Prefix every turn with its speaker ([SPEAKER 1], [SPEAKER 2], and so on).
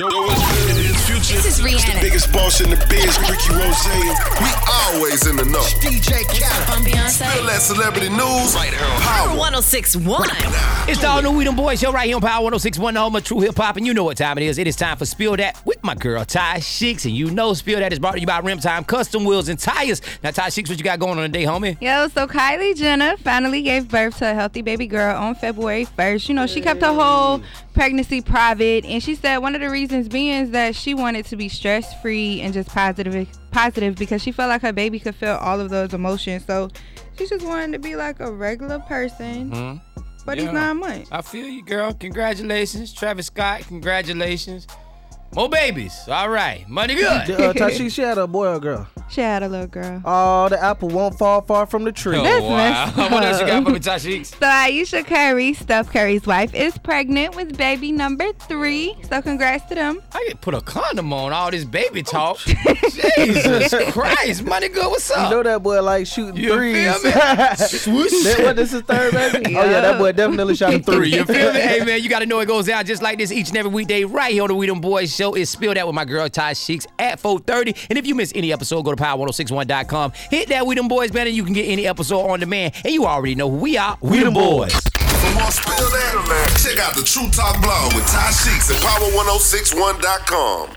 [SPEAKER 1] Yo, what's good? It is Future.
[SPEAKER 2] This is
[SPEAKER 1] It's
[SPEAKER 2] Rihanna.
[SPEAKER 1] The biggest boss in the biz, Ricky Rose. We always in the know.
[SPEAKER 2] DJ Khaled. I'm
[SPEAKER 1] Real
[SPEAKER 2] Beyonce.
[SPEAKER 1] that celebrity news. Right here on
[SPEAKER 2] Power
[SPEAKER 1] Power.
[SPEAKER 2] 1061.
[SPEAKER 3] It's the all new Weedham Boys show right here on Power 1061, the home of true hip hop. And you know what time it is. It is time for Spill That with my girl Ty Sheeks. And you know Spill That is brought to you by Rim Time Custom Wheels and Tires. Now, Ty Sheeks, what you got going on today, homie?
[SPEAKER 4] Yo, so Kylie Jenner finally gave birth to a healthy baby girl on February 1st. You know, she kept her whole pregnancy private, and she said one of the reasons being is that she wanted to be stress free and just positive, positive because she felt like her baby could feel all of those emotions. So she just wanted to be like a regular person for these
[SPEAKER 3] Hmm? Yeah.
[SPEAKER 4] nine months.
[SPEAKER 3] I feel you, girl. Congratulations. Travis Scott, congratulations. More babies. All right. Money good.
[SPEAKER 5] Uh, Tashi, she had a boy or a girl.
[SPEAKER 4] She had a little girl.
[SPEAKER 5] Oh, the apple won't fall far from the tree.
[SPEAKER 3] Oh, wow.
[SPEAKER 4] messed
[SPEAKER 3] What else you got
[SPEAKER 4] up.
[SPEAKER 3] for me, Ty Sheeks?
[SPEAKER 4] So Aisha Curry, Steph Curry's wife, is pregnant with baby number three. So congrats to them.
[SPEAKER 3] I get put a condom on all this baby talk. Jesus Christ. Money good. What's
[SPEAKER 5] You
[SPEAKER 3] up?
[SPEAKER 5] know that boy like shooting
[SPEAKER 3] You feel
[SPEAKER 5] threes.
[SPEAKER 3] me?
[SPEAKER 5] that, what, this is third baby? Oh yeah, that boy definitely shot a three.
[SPEAKER 3] You feel me? Hey man, you gotta know it goes down just like this each and every weekday right here on the We Them Boys Show. It's Spill That with my girl Ty Sheeks at 4:30. And if you miss any episode, go to power1061.com. Hit that We Them Boys banner. You can get any episode on demand. And you already know who we are. We Them Boys.
[SPEAKER 1] For more Spill That, man, check out the True Talk blog with Ty Sheeks at power1061.com.